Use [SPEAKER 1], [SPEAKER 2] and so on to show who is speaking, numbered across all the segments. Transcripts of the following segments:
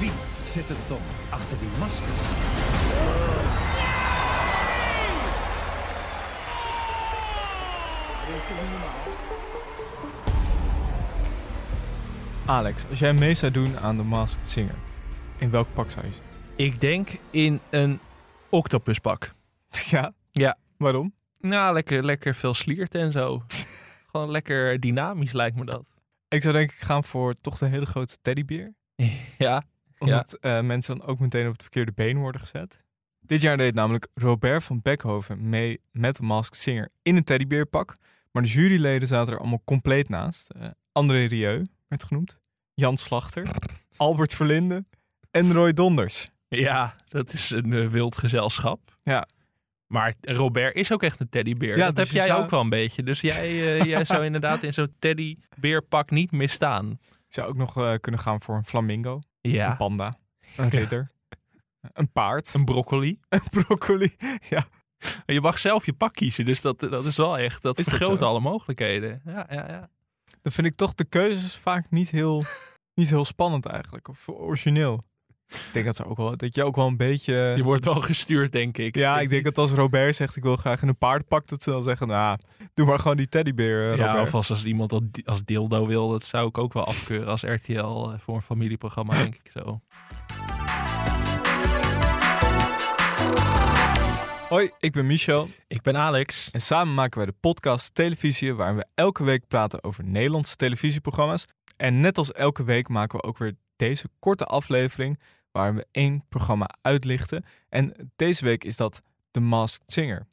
[SPEAKER 1] Wie zit er toch achter die maskers?
[SPEAKER 2] Alex, als jij mee zou doen aan de Masked Singer, in welk pak zou je zijn?
[SPEAKER 3] Ik denk in een octopuspak.
[SPEAKER 2] Ja?
[SPEAKER 3] Ja.
[SPEAKER 2] Waarom?
[SPEAKER 3] Nou, lekker, lekker veel sliert en zo. Gewoon lekker dynamisch lijkt me dat.
[SPEAKER 2] Ik zou denk ik gaan voor toch een hele grote teddybeer.
[SPEAKER 3] Ja.
[SPEAKER 2] Omdat eh, mensen dan ook meteen op het verkeerde been worden gezet. Dit jaar deed namelijk Robert van Beckhoven mee met Masked Singer in een teddybeerpak. Maar de juryleden zaten er allemaal compleet naast. Eh, André Rieu werd genoemd. Jan Slachter. Albert Verlinde. En Roy Donders.
[SPEAKER 3] Ja, dat is een eh, wild gezelschap.
[SPEAKER 2] Ja.
[SPEAKER 3] Maar Robert is ook echt een teddybeer.
[SPEAKER 2] Ja,
[SPEAKER 3] dat
[SPEAKER 2] dus
[SPEAKER 3] heb
[SPEAKER 2] je
[SPEAKER 3] jij
[SPEAKER 2] zou-
[SPEAKER 3] ook wel een beetje. Dus jij, eh, jij zou inderdaad in zo'n teddybeerpak niet misstaan.
[SPEAKER 2] Zou ook nog eh, kunnen gaan voor een flamingo. Een
[SPEAKER 3] Ja.
[SPEAKER 2] panda. Een
[SPEAKER 3] Ja.
[SPEAKER 2] ridder. eh, Een paard.
[SPEAKER 3] Een broccoli.
[SPEAKER 2] Een broccoli.
[SPEAKER 3] Je mag zelf je pak kiezen, dus dat, dat is wel echt. Dat
[SPEAKER 2] Is dat
[SPEAKER 3] vergroot
[SPEAKER 2] zo?
[SPEAKER 3] alle mogelijkheden. Ja, ja, ja.
[SPEAKER 2] Dan vind ik toch de keuzes vaak niet heel, niet heel spannend eigenlijk. Of origineel. Ik denk dat, ze ook wel, dat je ook wel een beetje...
[SPEAKER 3] Je wordt wel gestuurd, denk ik.
[SPEAKER 2] Ja, ik denk dat als Robert zegt ik wil graag in een paardenpak, dat ze dan zeggen, nou, doe maar gewoon die teddybeer, eh,
[SPEAKER 3] Ja,
[SPEAKER 2] Robert.
[SPEAKER 3] of als, als iemand dat di- als dildo wil, dat zou ik ook wel afkeuren als RTL eh, voor een familieprogramma, denk ik zo.
[SPEAKER 2] Hoi, ik ben Michel
[SPEAKER 3] Ik ben Alex.
[SPEAKER 2] en samen maken wij de podcast Televisie, waarin we elke week praten over Nederlandse televisieprogramma's. En net als elke week maken we ook weer deze korte aflevering, waarin we één programma uitlichten. En deze week is dat The Masked Singer.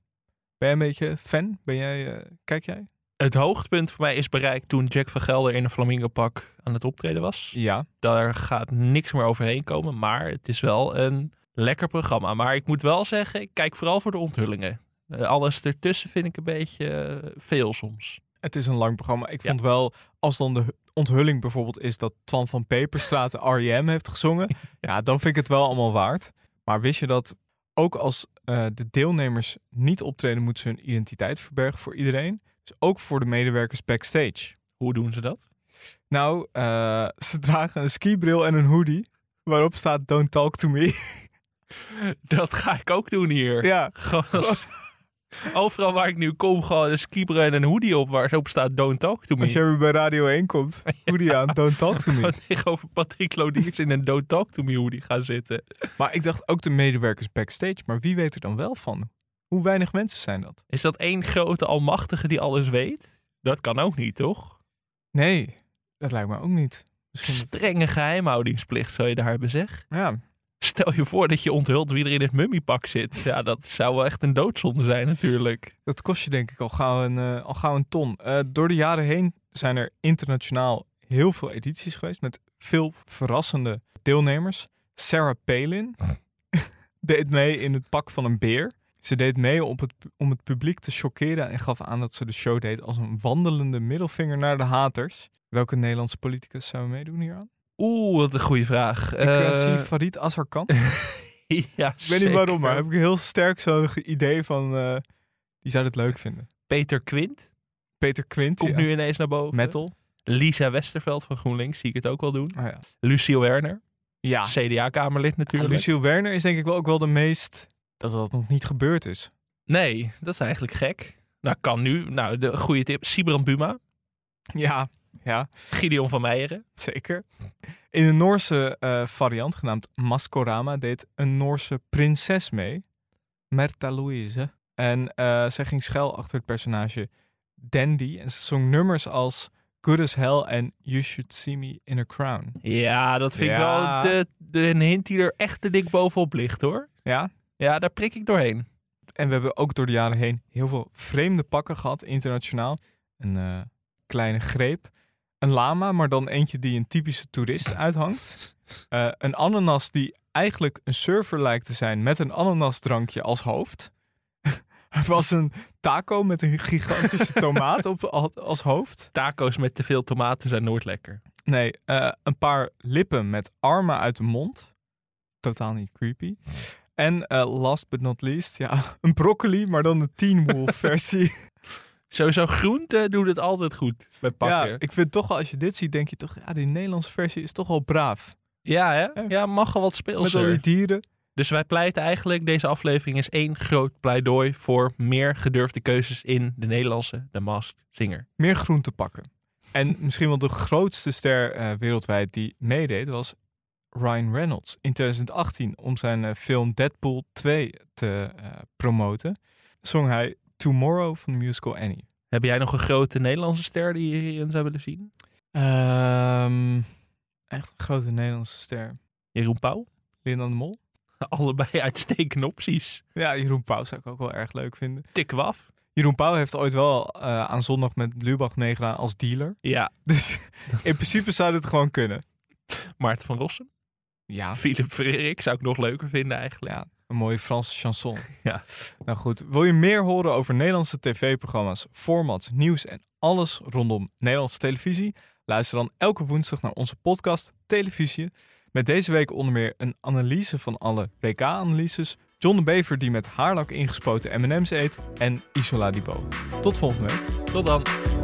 [SPEAKER 2] Ben jij een beetje fan? Ben jij, eh, kijk jij?
[SPEAKER 3] Het hoogtepunt voor mij is bereikt toen Jack van Gelder in een flamingo-pak aan het optreden was.
[SPEAKER 2] Ja.
[SPEAKER 3] Daar gaat niks meer overheen komen, maar het is wel een lekker programma. Maar ik moet wel zeggen, ik kijk vooral voor de onthullingen. Eh, Alles ertussen vind ik een beetje eh, veel soms.
[SPEAKER 2] Het is een lang programma. Ik vond wel, als dan de onthulling bijvoorbeeld is dat Twan van Peperstraat de R.E.M. heeft gezongen. ja, dan vind ik het wel allemaal waard. Maar wist je dat ook als eh, de deelnemers niet optreden, moeten ze hun identiteit verbergen voor iedereen. Dus ook voor de medewerkers backstage.
[SPEAKER 3] Hoe doen ze dat?
[SPEAKER 2] Nou, eh, ze dragen een skibril en een hoodie. Waarop staat Don't Talk To Me.
[SPEAKER 3] Dat ga ik ook doen hier.
[SPEAKER 2] ja,
[SPEAKER 3] Gewoon als- Overal waar ik nu kom, gewoon een skibril en een hoodie op waarop staat Don't Talk To Me.
[SPEAKER 2] als jij weer bij Radio 1 komt. Hoodie aan, Don't Talk To Me.
[SPEAKER 3] Gewoon tegenover Patrick Lodiers in een Don't Talk To Me hoodie gaan zitten.
[SPEAKER 2] Maar ik dacht ook de medewerkers backstage. Maar wie weet er dan wel van? Hoe weinig mensen zijn dat?
[SPEAKER 3] Is dat één grote almachtige die alles weet? Dat kan ook niet, toch?
[SPEAKER 2] Nee, dat lijkt me ook niet. Misschien dat-
[SPEAKER 3] Strenge geheimhoudingsplicht zou je daar hebben, zeg.
[SPEAKER 2] ja.
[SPEAKER 3] Stel je voor dat je onthult wie er in het mummiepak zit. Ja, dat zou wel echt een doodzonde zijn natuurlijk.
[SPEAKER 2] Dat kost je denk ik al gauw een, eh, al gauw een ton. Eh, door de jaren heen zijn er internationaal heel veel edities geweest met veel verrassende deelnemers. Sarah Palin deed mee in het pak van een beer. Ze deed mee op het, om het publiek te chockeren en gaf aan dat ze de show deed als een wandelende middelvinger naar de haters. Welke Nederlandse politicus zou meedoen hieraan?
[SPEAKER 3] Oeh, wat een goede vraag.
[SPEAKER 2] Ik eh,
[SPEAKER 3] Eh,
[SPEAKER 2] zie Farid Azarkan.
[SPEAKER 3] ja,
[SPEAKER 2] Ik weet niet waarom, maar heb ik een heel sterk zo'n ge- idee van... eh, die zou dit leuk vinden.
[SPEAKER 3] Peter Quint
[SPEAKER 2] Peter Quint,
[SPEAKER 3] komt
[SPEAKER 2] ja.
[SPEAKER 3] nu ineens naar boven.
[SPEAKER 2] Metal.
[SPEAKER 3] Lisa Westerveld van GroenLinks zie ik het ook wel doen.
[SPEAKER 2] Oh, ja.
[SPEAKER 3] Luciel Werner,
[SPEAKER 2] ja.
[SPEAKER 3] CDA-kamerlid natuurlijk.
[SPEAKER 2] Luciel Werner is denk ik wel ook wel de meest... Dat dat nog niet gebeurd is.
[SPEAKER 3] Nee, dat is eigenlijk gek. Nou, kan nu. Nou, de goede tip. Sibran Buma,
[SPEAKER 2] Ja, ja,
[SPEAKER 3] Gideon van Meijeren.
[SPEAKER 2] zeker. In een Noorse eh, variant, genaamd Maskorama, deed een Noorse prinses mee. Merta Louise. En eh, zij ging schuil achter het personage Dandy. En ze zong nummers als Good as Hell en You Should See Me in a Crown.
[SPEAKER 3] Ja, dat vind
[SPEAKER 2] Ja.
[SPEAKER 3] ik wel de, de, een hint die er echt te dik bovenop ligt, hoor.
[SPEAKER 2] Ja,
[SPEAKER 3] Ja, daar prik ik doorheen.
[SPEAKER 2] En we hebben ook door de jaren heen heel veel vreemde pakken gehad, internationaal. Een eh, kleine greep. Een lama, maar dan eentje die een typische toerist uithangt. Eh, een ananas die eigenlijk een surfer lijkt te zijn met een ananasdrankje als hoofd. Er was een taco met een gigantische tomaat op, als hoofd.
[SPEAKER 3] Taco's met te veel tomaten zijn nooit lekker.
[SPEAKER 2] Nee, eh, een paar lippen met armen uit de mond. Totaal niet creepy. En eh, last but not least, ja, een broccoli, maar dan de Teen Wolf versie.
[SPEAKER 3] Sowieso groente doet het altijd goed bij pakken.
[SPEAKER 2] Ja, ik vind toch wel, als je dit ziet, denk je toch, ja, die Nederlandse versie is toch wel braaf.
[SPEAKER 3] Ja, hè?
[SPEAKER 2] Ja.
[SPEAKER 3] Ja, mag wel wat
[SPEAKER 2] Met al die
[SPEAKER 3] speelser.
[SPEAKER 2] dieren.
[SPEAKER 3] Dus wij pleiten eigenlijk, deze aflevering is één groot pleidooi voor meer gedurfde keuzes in de Nederlandse The Masked Singer.
[SPEAKER 2] meer groen te pakken. En misschien wel de grootste ster eh, wereldwijd die meedeed was Ryan Reynolds in 2018 om zijn eh, film Deadpool 2 te eh, promoten. Zong hij Tomorrow van de musical Annie.
[SPEAKER 3] Heb jij nog een grote Nederlandse ster die je hierin zou willen zien?
[SPEAKER 2] Ehm, echt een grote Nederlandse ster.
[SPEAKER 3] Jeroen Pauw?
[SPEAKER 2] Linda de Mol.
[SPEAKER 3] Allebei uitstekende opties.
[SPEAKER 2] Ja, Jeroen Pauw zou ik ook wel erg leuk vinden.
[SPEAKER 3] Tikwaf?
[SPEAKER 2] Jeroen Pauw heeft ooit wel eh, aan zondag met Lubach meegedaan als dealer.
[SPEAKER 3] Ja.
[SPEAKER 2] Dus in principe zou dit gewoon kunnen.
[SPEAKER 3] Maarten van Rossum?
[SPEAKER 2] Ja,
[SPEAKER 3] Philip Frerik zou ik nog leuker vinden eigenlijk.
[SPEAKER 2] Ja, een mooie Franse chanson.
[SPEAKER 3] Ja.
[SPEAKER 2] Nou goed, wil je meer horen over Nederlandse tv-programma's, formats, nieuws en alles rondom Nederlandse televisie? Luister dan elke woensdag naar onze podcast Televisie. Met deze week onder meer een analyse van alle WK-analyses. John de Bever die met haarlak ingespoten M&M's eet. En Isola Dibo. Tot volgende week.
[SPEAKER 3] Tot dan.